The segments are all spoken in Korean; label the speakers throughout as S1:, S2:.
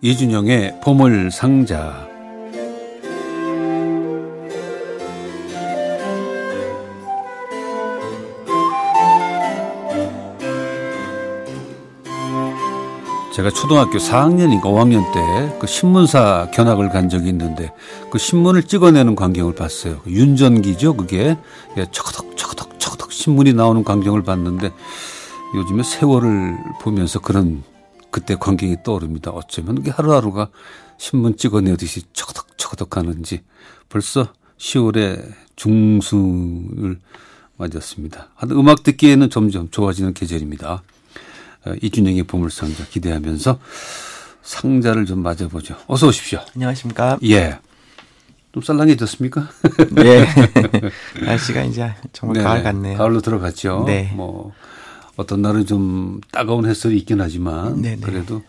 S1: 이준영의 보물상자 제가 초등학교 4학년인가 5학년 때 그 신문사 견학을 간 적이 있는데 그 신문을 찍어내는 광경을 봤어요. 그 윤전기죠, 그게. 예, 척덕, 척덕, 척덕 신문이 나오는 광경을 봤는데 요즘에 세월을 보면서 그런 그때 광경이 떠오릅니다. 어쩌면 이게 하루하루가 신문 찍어내듯이 척덕, 척덕 하는지 벌써 10월의 중순을 맞았습니다. 하여튼 음악 듣기에는 점점 좋아지는 계절입니다. 어, 이준영의 보물상자 기대하면서 상자를 좀 맞아보죠. 어서 오십시오.
S2: 안녕하십니까.
S1: 예. 좀 쌀랑해졌습니까?
S2: 네. 날씨가 이제 정말 가을 같네요.
S1: 가을로 들어갔죠.
S2: 네.
S1: 뭐 어떤 날은 좀 따가운 햇살이 있긴 하지만
S2: 네네.
S1: 그래도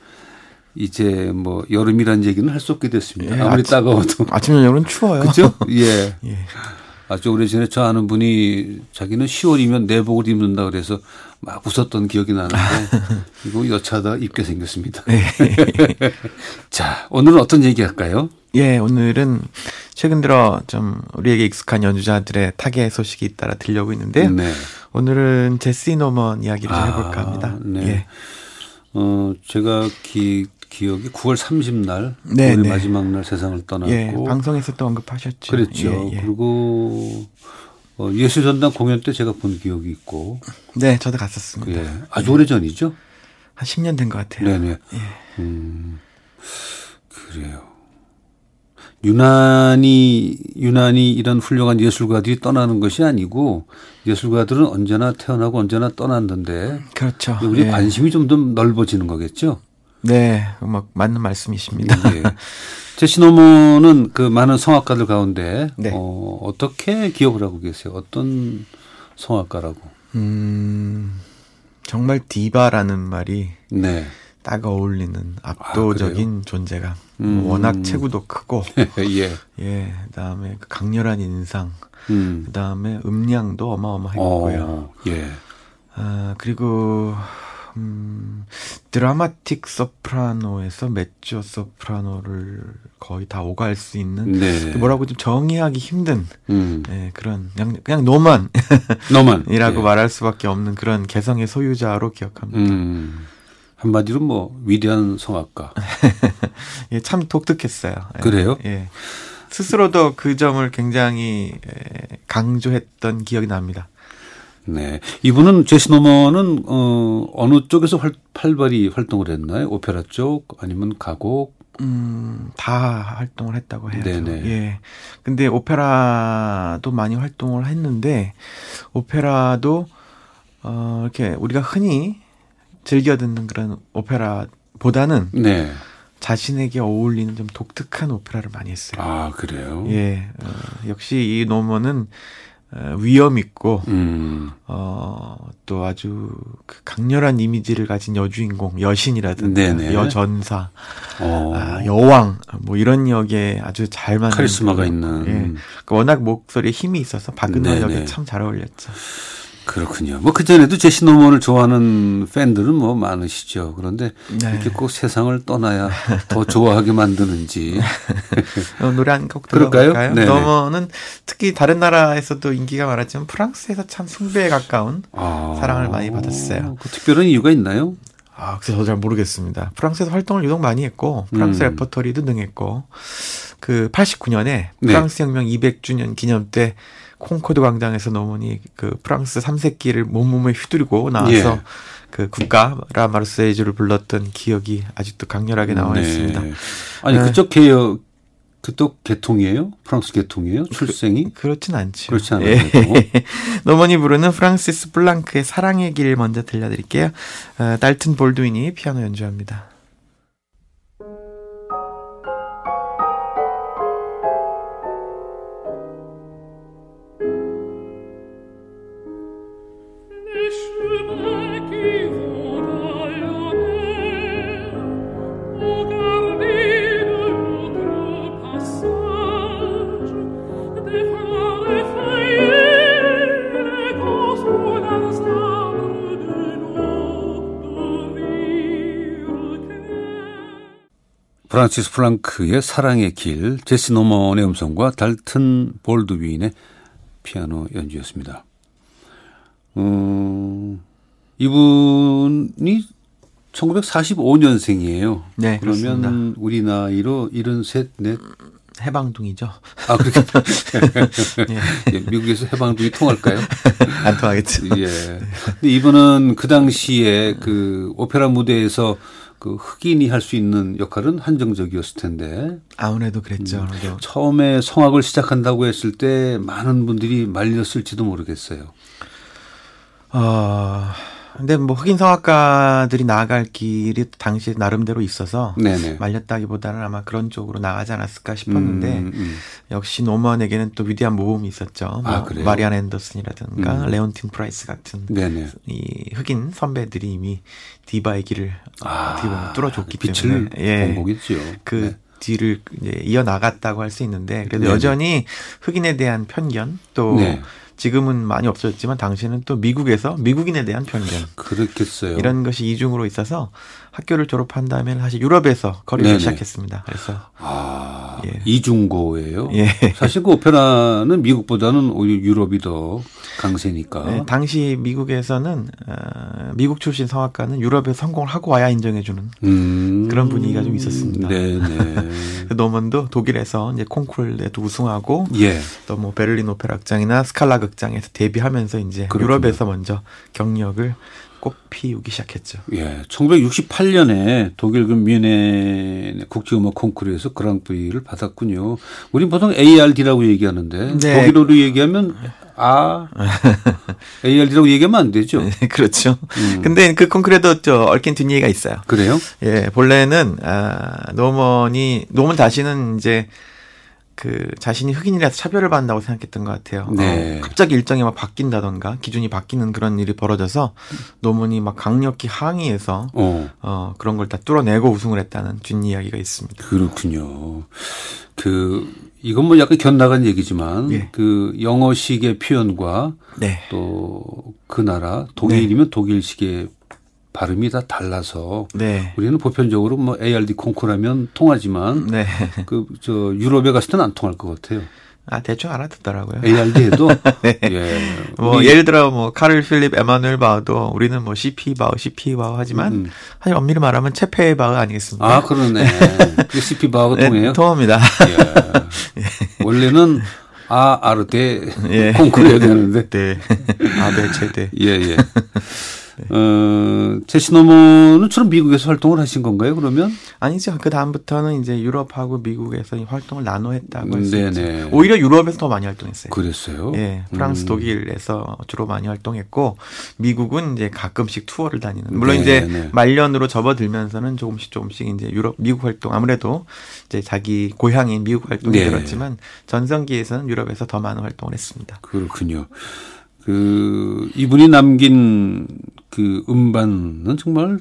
S1: 이제 뭐 여름이란 얘기는 할 수 없게 됐습니다.
S2: 예,
S1: 아무리
S2: 아침-
S1: 따가워도
S2: 아침 저녁은 추워요.
S1: 그렇죠? 예.
S2: 예.
S1: 아주 오래전에 저 아는 분이 자기는 10월이면 내복을 입는다 그래서 막 웃었던 기억이 나는데 이거 여차다 입게 생겼습니다.
S2: 네.
S1: 자, 오늘은 어떤 얘기 할까요?
S2: 예, 오늘은 최근 들어 좀 우리에게 익숙한 연주자들의 타계 소식이 따라 들려오고 있는데요. 오늘은 제시 네. 노먼 이야기를 좀 해볼까
S1: 네. 아,
S2: 합니다.
S1: 네.
S2: 예.
S1: 어, 제가 기, 기억이 9월 30날
S2: 네,
S1: 오늘
S2: 네.
S1: 마지막 날 세상을 떠났고 그렇죠.
S2: 예, 방송에서도 언급하셨죠.
S1: 그랬죠.
S2: 예, 예.
S1: 그리고 어, 예술전당 공연 때 제가 본 기억이 있고
S2: 네, 저도 갔었습니다.
S1: 예. 아주 오래 전이죠.
S2: 한 10년 된 것 같아요. 예.
S1: 네네. 음, 그래요. 유난히 유난히 이런 훌륭한 예술가들이 떠나는 것이 아니고 예술가들은 언제나 태어나고 언제나 떠났는데
S2: 그렇죠.
S1: 우리
S2: 예.
S1: 관심이 좀 더 넓어지는 거겠죠.
S2: 네, 막 맞는 말씀이십니다.
S1: 예. 제시 노모는 그 많은 성악가들 가운데
S2: 네.
S1: 어, 어떻게 기억을 하고 계세요? 어떤 성악가라고?
S2: 음, 정말 디바라는 말이
S1: 네.
S2: 딱 어울리는 압도적인 존재감.
S1: 아, 음.
S2: 워낙 체구도 크고,
S1: 예.
S2: 예, 그다음에 그 강렬한 인상,
S1: 음.
S2: 그다음에 음량도 어마어마했고요.
S1: 어, 예.
S2: 아 그리고 음, 드라마틱 소프라노에서 메조 소프라노를 거의 다 오갈 수 있는
S1: 네.
S2: 뭐라고 좀 정의하기 힘든
S1: 음.
S2: 예, 그런 그냥 그냥 노만
S1: 너만.
S2: 이라고
S1: 예.
S2: 말할 수밖에 없는 그런 개성의 소유자로 기억합니다.
S1: 음. 한마디로 뭐 위대한 성악가.
S2: 네. 예, 참 독특했어요. 예,
S1: 그래요?
S2: 예. 스스로도 그 점을 굉장히 예, 강조했던 기억이 납니다.
S1: 네. 이분은 제시 노먼은 어, 어느 쪽에서 활, 활발히 활동을 했나요? 오페라 쪽 아니면 가곡?
S2: 음, 다 활동을 했다고 해야죠.
S1: 네네.
S2: 예. 근데 오페라도 많이 활동을 했는데 오페라도 어, 이렇게 우리가 흔히 즐겨 듣는 그런 오페라보다는
S1: 네.
S2: 자신에게 어울리는 좀 독특한 오페라를 많이 했어요.
S1: 아 그래요.
S2: 예, 어, 역시 이 노먼은 어, 위엄 있고
S1: 음.
S2: 어, 또 아주 그 강렬한 이미지를 가진 여주인공, 여신이라든가
S1: 네네.
S2: 여전사,
S1: 어.
S2: 아, 여왕 뭐 이런 역에 아주 잘 맞는
S1: 카리스마가
S2: 그런-
S1: 있는.
S2: 예, 그 워낙 목소리에 힘이 있어서 박은하
S1: 네네.
S2: 역에 참 잘 어울렸죠.
S1: 그렇군요. 뭐 그전에도 제시 노먼을 좋아하는 팬들은 뭐 많으시죠. 그런데
S2: 네.
S1: 이렇게 꼭 세상을 떠나야 더 좋아하게 만드는지.
S2: 어, 노래 한 곡
S1: 그럴까요?
S2: 들어볼까요?
S1: 네네.
S2: 너머는 특히 다른 나라에서도 인기가 많았지만 프랑스에서 참 숭배에 가까운
S1: 아.
S2: 사랑을 많이 받았어요.
S1: 그 특별한 이유가 있나요?
S2: 아, 그래서 저도 잘 모르겠습니다. 프랑스에서 활동을 유독 많이 했고, 프랑스
S1: 음.
S2: 레퍼토리도 능했고, 그 89년에
S1: 네.
S2: 프랑스 혁명 200주년 기념 때 콩코드 광장에서 노무니 그 프랑스 삼색기를 몸몸에 휘두르고 나와서
S1: 예.
S2: 그 국가 라 마르세이즈를 불렀던 기억이 아직도 강렬하게 나와 있습니다.
S1: 네. 아니
S2: 네.
S1: 그쪽 개요 그쪽 계통이에요? 프랑스 계통이에요? 출생이?
S2: 그렇진 않죠.
S1: 그렇지 않아요.
S2: 그 예. 노먼이 부르는 프랑시스 플랑크의 사랑의 길 먼저 들려드릴게요. 어, 달튼 볼드윈이 피아노 연주합니다.
S3: Les chemins qui vont à la mer ont gardé de notre passage
S1: 프란시스 프랑크의 사랑의 길, 제시 노먼의 음성과 달튼 볼드윈의 피아노 연주였습니다. 음, 이분이 1945년생이에요.
S2: 네,
S1: 그러면
S2: 그렇습니다.
S1: 우리 나이로 73, 4.
S2: 해방둥이죠.
S1: 아, 그렇게. 예, 미국에서 해방군이 통할까요?
S2: 안 통하겠죠.
S1: 예. 근데 이분은 그 당시에 그 오페라 무대에서 그 흑인이 할 수 있는 역할은 한정적이었을 텐데
S2: 아무래도 그랬죠. 아무래도
S1: 처음에 성악을 시작한다고 했을 때 많은 분들이 말렸을지도 모르겠어요.
S2: 어, 근데 뭐 흑인 성악가들이 나아갈 길이 당시 나름대로 있어서
S1: 네네.
S2: 말렸다기보다는 아마 그런 쪽으로 나가지 않았을까 싶었는데
S1: 음, 음.
S2: 역시 노먼에게는 또 위대한 모험이 있었죠.
S1: 아,
S2: 뭐
S1: 그래요?
S2: 마리안 앤더슨이라든가
S1: 음.
S2: 레온틴 프라이스 같은
S1: 네네.
S2: 이 흑인 선배들이 이미 디바의 길을 아, 어떻게 보면 뚫어줬기
S1: 아, 빛을
S2: 때문에 예.
S1: 본 거겠죠.
S2: 그
S1: 네.
S2: 뒤를 이제 이어나갔다고 할 수 있는데 그래도
S1: 네네.
S2: 여전히 흑인에 대한 편견 또
S1: 네.
S2: 지금은 많이 없어졌지만 당시에는 또 미국에서 미국인에 대한 편견
S1: 그렇겠어요.
S2: 이런 것이 이중으로 있어서 학교를 졸업한 다음에 사실 유럽에서 커리어를
S1: 네네.
S2: 시작했습니다. 그래서
S1: 아,
S2: 예.
S1: 이중고예요.
S2: 예.
S1: 사실 그 오페라는 미국보다는 오히려 유럽이 더 강세니까.
S2: 네, 당시 미국에서는 어, 미국 출신 성악가는 유럽에 성공을 하고 와야 인정해주는
S1: 음.
S2: 그런 분위기가 좀 있었습니다.
S1: 네네.
S2: 그 노먼도 독일에서 이제 콩쿨에도 우승하고
S1: 예.
S2: 또 뭐 베를린 오페라 극장이나 스칼라 극장에서 데뷔하면서 이제
S1: 그렇군요.
S2: 유럽에서 먼저 경력을 꽃 피우기 시작했죠.
S1: 예, 1968년에 독일 그 뮌헨 국제음악 콩쿠르에서 그랑프리를 받았군요. 우린 보통 ARD라고 얘기하는데
S2: 네.
S1: 독일어로 얘기하면 아 ARD라고 얘기하면 안 되죠.
S2: 그렇죠.
S1: 음.
S2: 근데 그 콩쿨에도 저 얽힌 뒷얘기가 있어요.
S1: 그래요?
S2: 예, 본래는 아, 노먼이 노먼 자신은 이제 그 자신이 흑인이라서 차별을 받는다고 생각했던 것 같아요.
S1: 네.
S2: 어, 갑자기 일정이 막 바뀐다던가 기준이 바뀌는 그런 일이 벌어져서 노먼이 막 강력히 항의해서
S1: 어,
S2: 어, 그런 걸 다 뚫어내고 우승을 했다는 뒷이야기가 있습니다.
S1: 그렇군요. 그 이건 뭐 약간 견나간 얘기지만
S2: 예.
S1: 그 영어식의 표현과
S2: 네.
S1: 또 그 나라 독일이면 독일식의 발음이 다 달라서
S2: 네.
S1: 우리는 보편적으로 뭐 ARD 콩쿠르하면 통하지만
S2: 네.
S1: 그 저 유럽에 갔을 때는 안 통할 것 같아요.
S2: 아, 대충 알아듣더라고요.
S1: ARD 해도 예.
S2: 네. 뭐
S1: 우리-
S2: 예를 들어 뭐 카를 필립 에마누엘 바우도 우리는 뭐 CP 바우 CP 바우 하지만
S1: 음.
S2: 사실 엄밀히 말하면 체페 바우 아니겠습니까?
S1: 아 그러네. CP 바하고 통해요.
S2: 네, 통합니다.
S1: 예. 원래는 아 아르데
S2: 예.
S1: 콩쿠르해야 되는데
S2: 네. 아, 네, 제대.
S1: 예 예. 어, 제시노모는처럼 미국에서 활동을 하신 건가요? 그러면
S2: 아니죠. 그 다음부터는 이제 유럽하고 미국에서 이 활동을 나눠했다고
S1: 음,
S2: 할수
S1: 네네.
S2: 있죠. 오히려 유럽에서 더 많이 활동했어요.
S1: 그랬어요.
S2: 네. 예, 프랑스,
S1: 음.
S2: 독일에서 주로 많이 활동했고 미국은 이제 가끔씩 투어를 다니는. 물론
S1: 네, 네.
S2: 이제 말년으로 접어들면서는 조금씩 조금씩 이제 유럽, 미국 활동 아무래도 이제 자기 고향인 미국 활동이
S1: 네.
S2: 늘었지만 전성기에서는 유럽에서 더 많은 활동을 했습니다.
S1: 그렇군요. 그 이분이 남긴 그 음반은 정말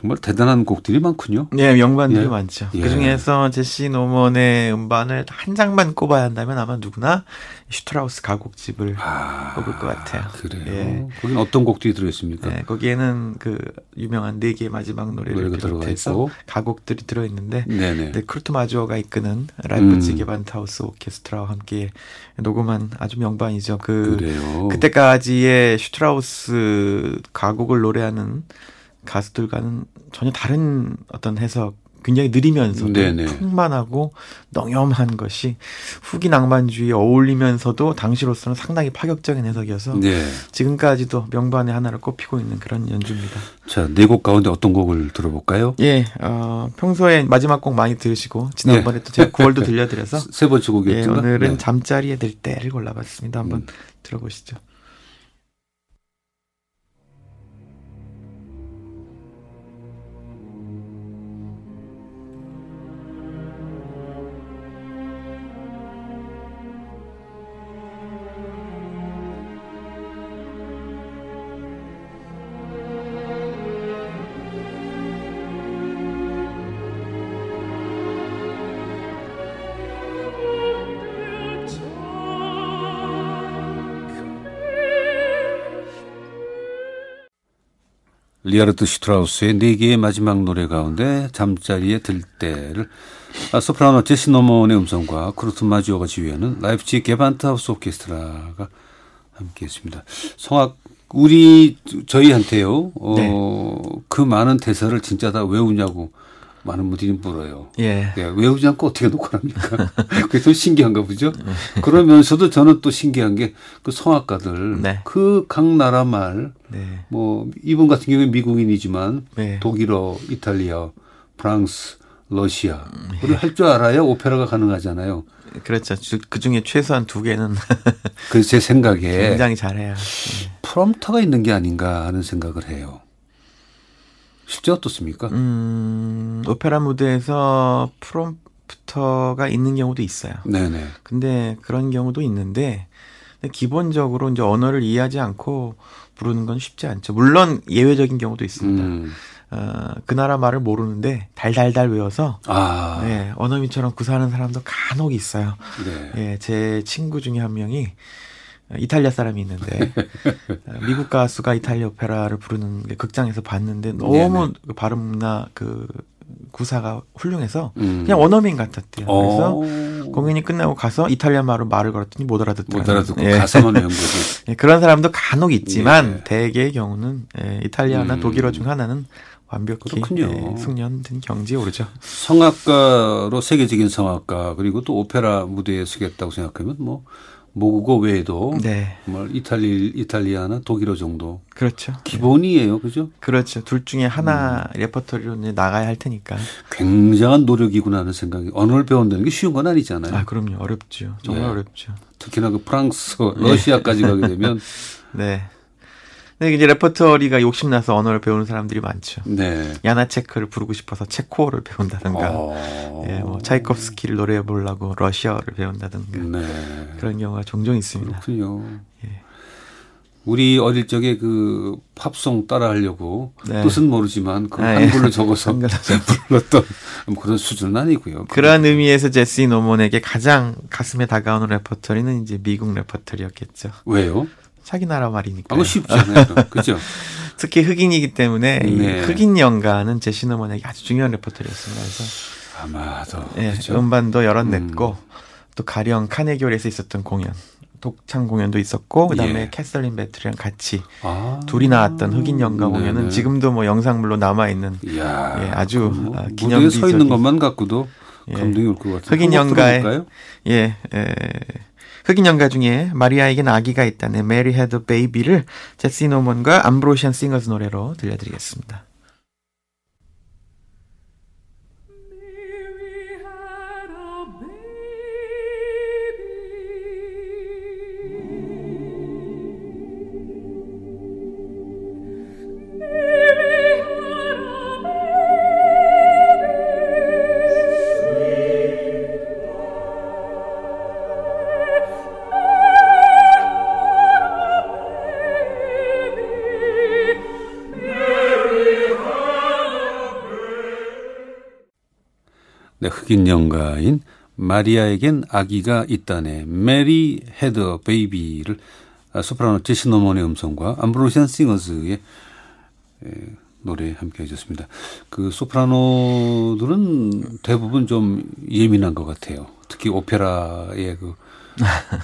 S1: 정말 대단한 곡들이 많군요.
S2: 네, 명반들이
S1: 예.
S2: 많죠.
S1: 예.
S2: 그 중에서 제시 노먼의 음반을 한 장만 꼽아야 한다면 아마 누구나 슈트라우스 가곡집을
S1: 아,
S2: 뽑을 것 같아요.
S1: 그래요.
S2: 예.
S1: 거긴 어떤 곡들이 들어있습니까?
S2: 네, 거기에는 그 유명한 네 개의 마지막 노래를
S1: 노래가 들어가
S2: 비롯해서
S1: 있고.
S2: 가곡들이 들어있는데
S1: 네네.
S2: 네, 크루트 마주어가 이끄는 라이프치히
S1: 음.
S2: 반타우스 오케스트라와 함께 녹음한 아주 명반이죠. 그
S1: 그래요.
S2: 때까지의 슈트라우스 가곡을 노래하는 가수들과는 전혀 다른 어떤 해석 굉장히 느리면서도
S1: 네네.
S2: 풍만하고 농염한 것이 후기 낭만주의에 어울리면서도 당시로서는 상당히 파격적인 해석이어서
S1: 네.
S2: 지금까지도 명반의 하나를 꼽히고 있는 그런 연주입니다.
S1: 자, 네 곡 가운데 어떤 곡을 들어볼까요?
S2: 예, 어, 평소에 마지막 곡 많이 들으시고 지난번에 또 제가 9월도 들려드려서
S1: 세- 세 번째
S2: 예,
S1: 곡이었죠.
S2: 오늘은
S1: 네.
S2: 잠자리에 들 때를 골라봤습니다. 한번
S1: 음.
S2: 들어보시죠.
S3: Tag
S1: 리하르트 슈트라우스의 네 개의 마지막 노래 가운데 잠자리에 들 때를 아, 소프라노 제시 너먼의 음성과 크루트 마지오가 지휘하는 라이프치 게반트 하우스 오케스트라가 함께했습니다. 성악 우리 저희한테요. 어,
S2: 네.
S1: 그 많은 대사를 진짜 다 외우냐고 많은 분들이 물어요.
S2: 예.
S1: 예, 외우지 않고 어떻게 녹화합니까? 그게 좀 신기한가 보죠. 그러면서도 저는 또 신기한 게 그 성악가들
S2: 네.
S1: 그 각 나라 말
S2: 네.
S1: 뭐 이분 같은 경우는 미국인이지만
S2: 네.
S1: 독일어, 이탈리아, 프랑스, 러시아 그걸 할 줄 알아야 오페라가 가능하잖아요.
S2: 그렇죠. 그 중에 최소한 두 개는
S1: 그래서 제 생각에
S2: 굉장히 잘해요.
S1: 프롬프터가 있는 게 아닌가 하는 생각을 해요. 실제 어떻습니까?
S2: 음, 오페라 무대에서 프롬프터가 있는 경우도 있어요.
S1: 네네.
S2: 근데 그런 경우도 있는데 근데 기본적으로 이제 언어를 이해하지 않고 부르는 건 쉽지 않죠. 물론 예외적인 경우도 있습니다.
S1: 음.
S2: 어, 그 나라 말을 모르는데 달달달 외워서
S1: 아, 네.
S2: 예, 언어민처럼 구사하는 사람도 간혹 있어요.
S1: 네.
S2: 예, 제 친구 중에 한 명이 이탈리아 사람이 있는데 어, 미국 가수가 이탈리아 오페라를 부르는 게 극장에서 봤는데 너무 그 발음나 그 구사가 훌륭해서
S1: 음.
S2: 그냥 원어민 같았대요. 그래서
S1: 어.
S2: 공연이 끝나고 가서 이탈리아 말로 말을 걸었더니 못 알아듣더라고요.
S1: 못 알아듣고
S2: 예.
S1: 뭐그 가사만 외운 거지.
S2: 예, 그런 사람도 간혹 있지만
S1: 예.
S2: 대개의 경우는 예, 이탈리아나
S1: 음.
S2: 독일어 중 하나는 완벽히
S1: 그렇군요.
S2: 예, 숙련된 경지에 오르죠.
S1: 성악가로 세계적인 성악가 그리고 또 오페라 무대에 서겠다고 생각하면 뭐 모국어 외에도
S2: 네,
S1: 뭐 이탈리 이탈리아나 독일어 정도
S2: 그렇죠.
S1: 기본이에요, 그죠?
S2: 그렇죠. 둘 중에 하나
S1: 음.
S2: 레퍼토리로 이제 나가야 할 테니까.
S1: 굉장한 노력이구나 하는 생각이 언어를 배운다는 게 쉬운 건 아니잖아요.
S2: 아, 그럼요. 어렵죠. 정말
S1: 예.
S2: 어렵죠.
S1: 특히나 그 프랑스,
S2: 예.
S1: 러시아까지 가게 되면
S2: 네. 근데 이제 레퍼토리가 욕심나서 언어를 배우는 사람들이 많죠.
S1: 네.
S2: 야나체크를 부르고 싶어서 체코어를 배운다든가,
S1: 어.
S2: 예, 뭐 차이콥스키를 노래해 보려고 러시아어를 배운다든가
S1: 네.
S2: 그런 경우가 종종 있습니다.
S1: 그렇군요.
S2: 예.
S1: 우리 어릴 적에 그 팝송 따라하려고
S2: 네.
S1: 뜻은 모르지만 그
S2: 아, 예.
S1: 한글로 적어서
S2: 한글로
S1: 불렀던 뭐 그런 수준은 아니고요.
S2: 그런 의미에서 제시 노먼에게 가장 가슴에 다가오는 레퍼토리는 이제 미국 레퍼토리였겠죠.
S1: 왜요?
S2: 자기 나라 말이니까.
S1: 아, 그 쉽잖아요. 그죠?
S2: 특히 흑인이기 때문에 이
S1: 네.
S2: 흑인 연가는 제시 노먼에게 아주 중요한 레퍼토리였습니다. 그래서
S1: 아마도.
S2: 예,
S1: 그죠?
S2: 음반도 여러 냈고 또 가령 카네기홀에서 있었던 공연 독창 공연도 있었고 그다음에
S1: 예.
S2: 캐슬린 배틀이랑 같이
S1: 아.
S2: 둘이 나왔던 흑인 연가
S1: 음. 네네.
S2: 공연은 지금도 뭐 영상물로 남아 있는
S1: 이야.
S2: 예, 아주,
S1: 그건 뭐
S2: 아,
S1: 무대에 서 있는
S2: 기념비적인-
S1: 것만 갖고도
S2: 예.
S1: 감동이 올 것 같아요.
S2: 흑인 연가의
S1: 요
S2: 예, 에, 흑인 연가 중에 마리아에겐 아기가 있다는 메리 헤드 베이비를 제시 노먼과 암브로시안 싱어스 노래로 들려드리겠습니다.
S3: Mary had a baby. Mary had a baby.
S1: 네, 흑인 연가인 마리아에겐 아기가 있다네 메리 헤더 베이비를 아, 소프라노 제시 노먼의 음성과 암브로시안 싱어스의 에, 노래 함께 해줬습니다. 그 소프라노들은 대부분 좀 예민한 것 같아요. 특히 오페라의 그,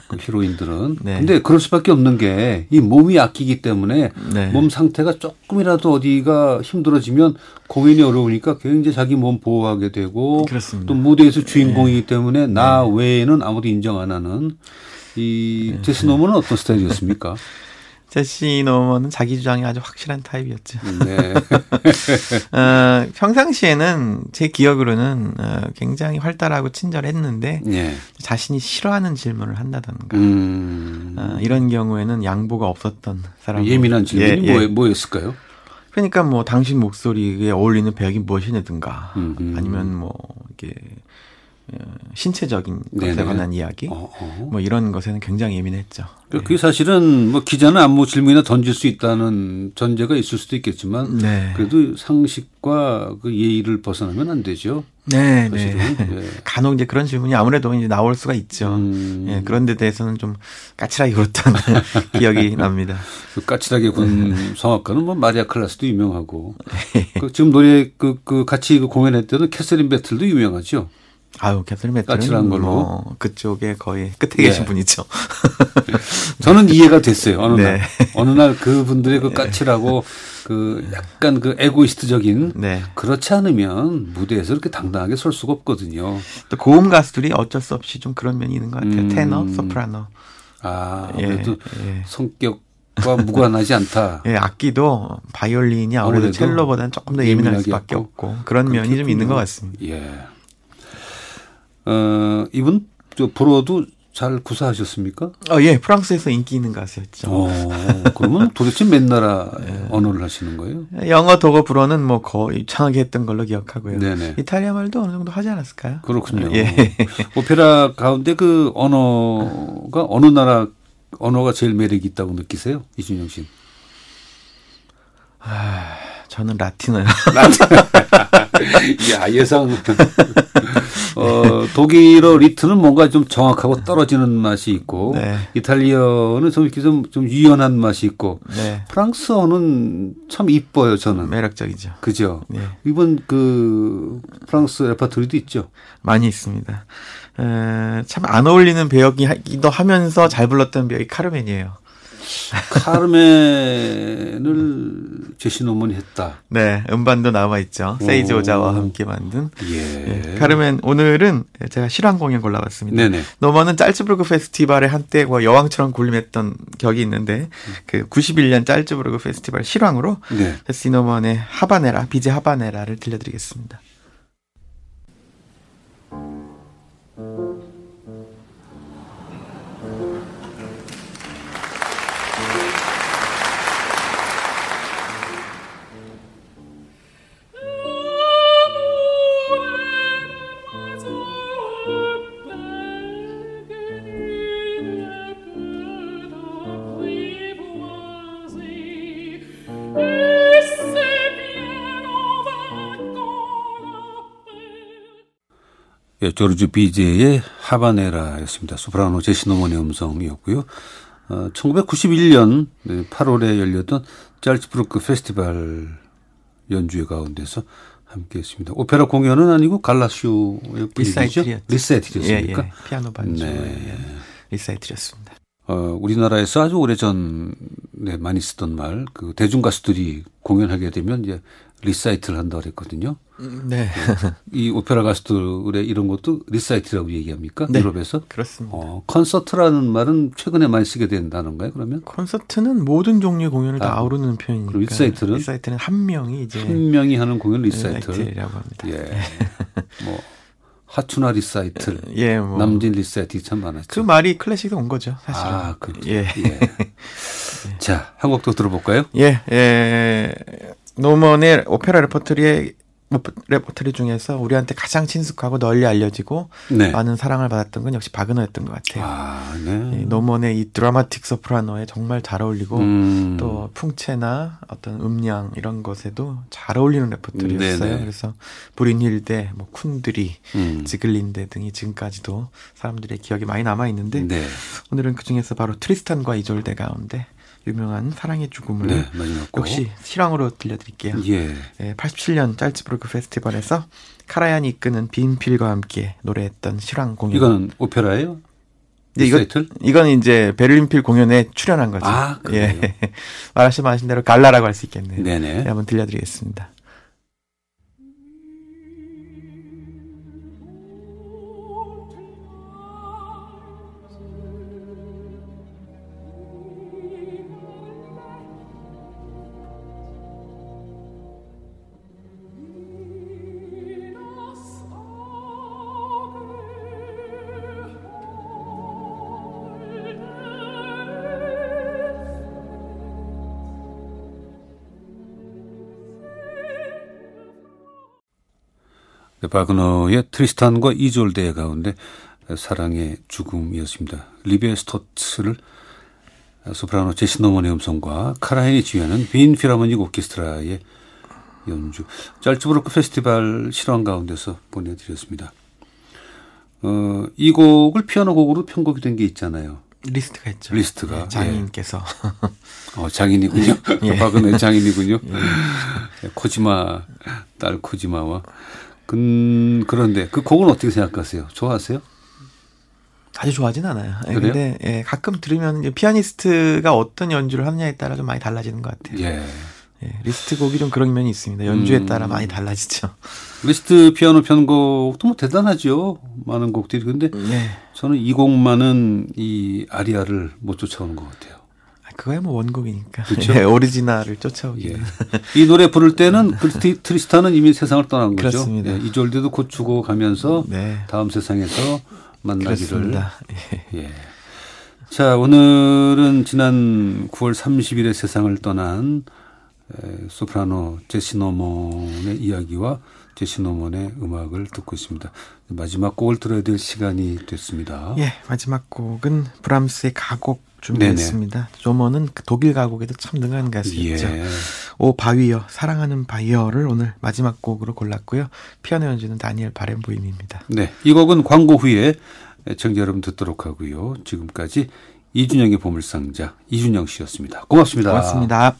S1: 그 히로인들은.
S2: 네.
S1: 근데 그럴 수밖에 없는 게 이 몸이 아끼기 때문에
S2: 네.
S1: 몸 상태가 조금이라도 어디가 힘들어지면 공연이 어려우니까 굉장히 자기 몸 보호하게 되고
S2: 그렇습니다. 네.
S1: 또 무대에서 주인공이기 때문에 나 외에는 아무도 인정 안 하는 이
S2: 네.
S1: 제스 노먼은 어떤 스타일이었습니까?
S2: 제시 노먼은 자기 주장이 아주 확실한 타입이었죠.
S1: 네.
S2: 어, 평상시에는 제 기억으로는 어, 굉장히 활달하고 친절했는데
S1: 예.
S2: 자신이 싫어하는 질문을 한다던가
S1: 음.
S2: 어, 이런 경우에는 양보가 없었던 사람
S1: 예민한 질문이
S2: 예, 예.
S1: 뭐, 뭐였을까요?
S2: 그러니까 뭐 당신 목소리에 어울리는 배역이 무엇이냐든가
S1: 음, 음.
S2: 아니면 뭐 이게 어, 신체적인 것에
S1: 네네.
S2: 관한 이야기
S1: 어, 어.
S2: 뭐 이런 것에는 굉장히 예민했죠.
S1: 그- 그게 사실은 뭐 기자는 안무 질문이나 던질 수 있다는 전제가 있을 수도 있겠지만
S2: 네.
S1: 그래도 상식과 그 예의를 벗어나면 안 되죠.
S2: 네, 네.
S1: 사실은. 예.
S2: 간혹 이제 그런 질문이 아무래도 이제 나올 수가 있죠.
S1: 음.
S2: 예, 그런 데 대해서는 좀 까칠하게 굴었던 기억이 납니다.
S1: 그 까칠하게
S2: 네.
S1: 군 성악가는 뭐 마리아 클라스도 유명하고 그 지금 노래 그, 그 같이 그 공연할 때는 캐서린 배틀도 유명하죠.
S2: 아유, 캐슬 메트는
S1: 까칠한 걸로.
S2: 뭐 그쪽에 거의 끝에
S1: 예.
S2: 계신 분이죠.
S1: 저는 이해가 됐어요. 어느
S2: 네.
S1: 날 어느 날 그분들의 그 까칠하고 그 약간 그 에고이스트적인
S2: 네.
S1: 그렇지 않으면 무대에서 이렇게 당당하게 설 수가 없거든요.
S2: 또 고음 가수들이 어쩔 수 없이 좀 그런 면이 있는 것 같아요.
S1: 음.
S2: 테너, 소프라노.
S1: 아
S2: 예,
S1: 아무래도
S2: 예.
S1: 성격과 무관하지 않다.
S2: 예, 악기도 바이올린이 아무래도,
S1: 아무래도
S2: 첼로보다는 조금 더 예민할
S1: 어, 예민하게
S2: 수밖에
S1: 없고.
S2: 없고 그런 면이 좀 있는 것 같습니다.
S1: 예. 어 이분 저 보러도 잘 구사하셨습니까?
S2: 어, 예, 프랑스에서 인기 있는 가수였죠.
S1: 어, 그러면 도대체 몇 나라 언어를 하시는 거예요?
S2: 영어, 독어, 불어는 뭐 거의 창하게 했던 걸로 기억하고요.
S1: 네네.
S2: 이탈리아 말도 어느 정도 하지 않았을까요?
S1: 그렇군요.
S2: 예.
S1: 오페라 가운데 그 언어가 어느 나라 언어가 제일 매력이 있다고 느끼세요? 이준영 씨.
S2: 아, 저는 라틴어요.
S1: 야, 예상. 어, 독일어 리트는 뭔가 좀 정확하고 떨어지는 맛이 있고
S2: 네.
S1: 이탈리아는 좀 이렇게 좀, 좀 유연한 맛이 있고
S2: 네.
S1: 프랑스어는 참 이뻐요, 저는.
S2: 매력적이죠.
S1: 그죠?
S2: 네.
S1: 이번 그 프랑스 레파토리도 있죠.
S2: 많이 있습니다. 참 안 어울리는 배역이기도 하면서 잘 불렀던 배역이 카르멘이에요.
S1: 카르멘을 제시 논문이 했다.
S2: 네, 음반도 남아 있죠. 세이지
S1: 오.
S2: 오자와 함께 만든
S1: 예.
S2: 예, 카르멘 오늘은 제가 실황 공연 골라봤습니다.
S1: 네네.
S2: 노먼은 짤츠부르크 페스티벌에 한때 뭐 여왕처럼 군림했던 격이 있는데 그 91년 짤츠부르크 페스티벌 실황으로
S1: 네.
S2: 헤스 노먼의 하바네라 비제 하바네라를 들려드리겠습니다.
S1: 예, 조르주 비제의 하바네라였습니다. 소프라노 제시노몬의 음성이었고요. 어, 1991년 8월에 열렸던 짤츠부르크 페스티벌 연주회 가운데서 함께했습니다. 오페라 공연은 아니고 갈라쇼의 분위기죠.
S2: 리사이틀이었죠.
S1: 리사이틀이었습니까?
S2: 예, 예. 피아노 반주의
S1: 네.
S2: 리사이트였습니다.
S1: 어, 우리나라에서 아주 오래전에 많이 쓰던 말, 그 대중 가수들이 공연하게 되면 이제 리사이틀 한다고 그랬거든요. 음,
S2: 네,
S1: 이 오페라 가수들의 이런 것도 리사이틀이라고 얘기합니까?
S2: 네.
S1: 유럽에서?
S2: 그렇습니다.
S1: 어, 콘서트라는 말은 최근에 많이 쓰게 된다는가요, 그러면?
S2: 콘서트는 모든 종류의 공연을
S1: 아,
S2: 다 아우르는 표현이니까
S1: 그리고 리사이틀은?
S2: 리사이틀은 한 명이 이제
S1: 한 명이 하는 공연
S2: 네,
S1: 리사이틀.
S2: 리사이틀이라고 합니다.
S1: 예. 뭐, 하춘아 리사이틀,
S2: 예, 뭐.
S1: 남진 리사이틀 참 많았죠.
S2: 그 말이 클래식에 온 거죠, 사실은.
S1: 아, 그,
S2: 예. 네.
S1: 예. 자, 한 곡 더 들어볼까요?
S2: 예, 예. 노먼의 오페라 레퍼토리의 레퍼토리 중에서 우리한테 가장 친숙하고 널리 알려지고
S1: 네.
S2: 많은 사랑을 받았던 건 역시 바그너였던 것 같아요.
S1: 아, 네.
S2: 예, 노먼의 이 드라마틱 소프라노에 정말 잘 어울리고
S1: 음.
S2: 또 풍채나 어떤 음량 이런 것에도 잘 어울리는 레퍼토리였어요.
S1: 음, 네네.
S2: 그래서 브린힐데, 뭐 쿤드리,
S1: 음.
S2: 지글린데 등이 지금까지도 사람들의 기억이 많이 남아 있는데
S1: 네.
S2: 오늘은 그 중에서 바로 트리스탄과 이졸데 가운데 유명한 사랑의 죽음을
S1: 네, 마지막 곡.
S2: 역시 실황으로 들려드릴게요.
S1: 예.
S2: 87년 짤츠부르크 페스티벌에서 카라얀이 이끄는 빈필과 함께 노래했던 실황 공연.
S1: 이거는 오페라예요?
S2: 네, 이제 이거-
S1: 리사이틀?
S2: 이건 이제 베를린필 공연에 출연한 거죠.
S1: 아, 그래요?
S2: 예. 말하신 말하신 대로 갈라라고 할 수 있겠네요.
S1: 네네.
S2: 예, 한번 들려드리겠습니다.
S3: Thank you.
S1: 네, 바그너의 트리스탄과 이졸데 가운데 사랑의 죽음이었습니다. 리베스토츠를 소프라노 제시노먼의 음성과 카라헨이 지휘하는 빈 필하모닉 오케스트라의 연주. 짤츠부르크 페스티벌 실황 가운데서 보내드렸습니다. 어, 이 곡을 피아노 곡으로 편곡이 된 게 있잖아요.
S2: 리스트가 있죠.
S1: 리스트가.
S2: 예, 장인께서
S1: 어, 장인이군요.
S2: 예.
S1: 박은혜 장인이군요. 예, 코지마, 딸 코지마와. 근, 그런데 그 곡은 어떻게 생각하세요? 좋아하세요?
S2: 아주 좋아하진 않아요. 예,
S1: 그래요?
S2: 근데 예, 가끔 들으면 이제 피아니스트가 어떤 연주를 하느냐에 따라 좀 많이 달라지는 것 같아요.
S1: 예.
S2: 예, 리스트 곡이 좀 그런 면이 있습니다. 연주에
S1: 음.
S2: 따라 많이 달라지죠.
S1: 리스트 피아노 편곡도 뭐 대단하죠. 많은 곡들이. 근데
S2: 예.
S1: 저는 이 곡만은 이 아리아를 못 쫓아오는 것 같아요.
S2: 아, 그거야 뭐 원곡이니까.
S1: 그쵸?
S2: 예, 오리지널을 쫓아오기.
S1: 예. 이 노래 부를 때는 그 트리- 트리스탄은 이미 세상을 떠난 거죠.
S2: 그렇습니다.
S1: 예, 이졸데도 곧 죽어 가면서
S2: 네.
S1: 다음 세상에서 만나기를
S2: 그렇습니다. 예.
S1: 예. 자, 오늘은 지난 9월 30일에 세상을 떠난 에, 소프라노 제시노몬의 이야기와 제시노몬의 음악을 듣고 있습니다. 마지막 곡을 들어야 될 시간이 됐습니다.
S2: 예, 마지막 곡은 브람스의 가곡 준비했습니다. 조머는 그 독일 가곡에도 참 능한 가수였죠.
S1: 예.
S2: 오 바위여, 사랑하는 바이어를 오늘 마지막 곡으로 골랐고요. 피아노 연주는 다니엘 바렌보임입니다.
S1: 네. 이 곡은 광고 후에 청자 여러분 듣도록 하고요. 지금까지 이준영의 보물상자 이준영 씨였습니다. 고맙습니다.
S2: 고맙습니다.